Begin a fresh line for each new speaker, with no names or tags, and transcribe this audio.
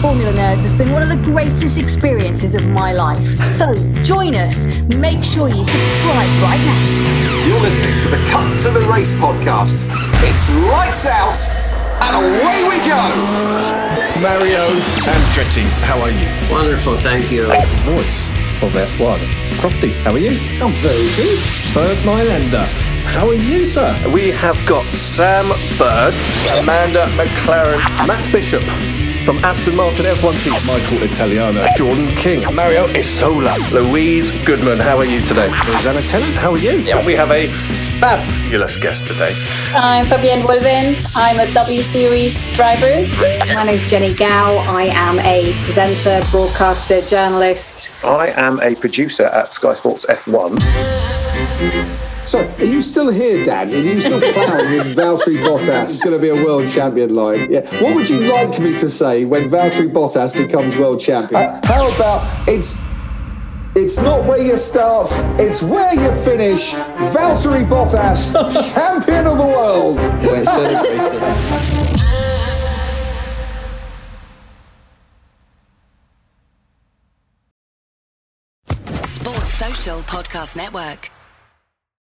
Formula Nerds has been one of the greatest experiences of my life. So join us. Make sure you subscribe right now.
You're listening to the Cut to the Race podcast. It's lights out and away we go.
Mario Andretti, how are you?
Wonderful, thank you.
The voice of F1. Crofty, how are you?
I'm very good.
Bert Mylander, how are you, sir?
We have got Sam Bird, Amanda McLaren, Matt Bishop from Aston Martin F1 team,
Michael Italiano.
Jordan King, Mario Isola, Louise Goodman. How are you today?
Rosanna Tennant, how are you?
And we have a fabulous guest today.
I'm Fabienne Wolvent. I'm a W Series driver.
My name's Jenny Gow. I am a presenter, broadcaster, journalist.
I am a producer at Sky Sports F1.
So, are you still here, Dan? Are you still plowing this Valtteri Bottas is going to be a world champion line? Yeah. What would you like me to say when Valtteri Bottas becomes world champion? Uh, how about it's it's not where you start, it's where you finish. Valtteri Bottas, champion of the world.
Sports Social Podcast Network.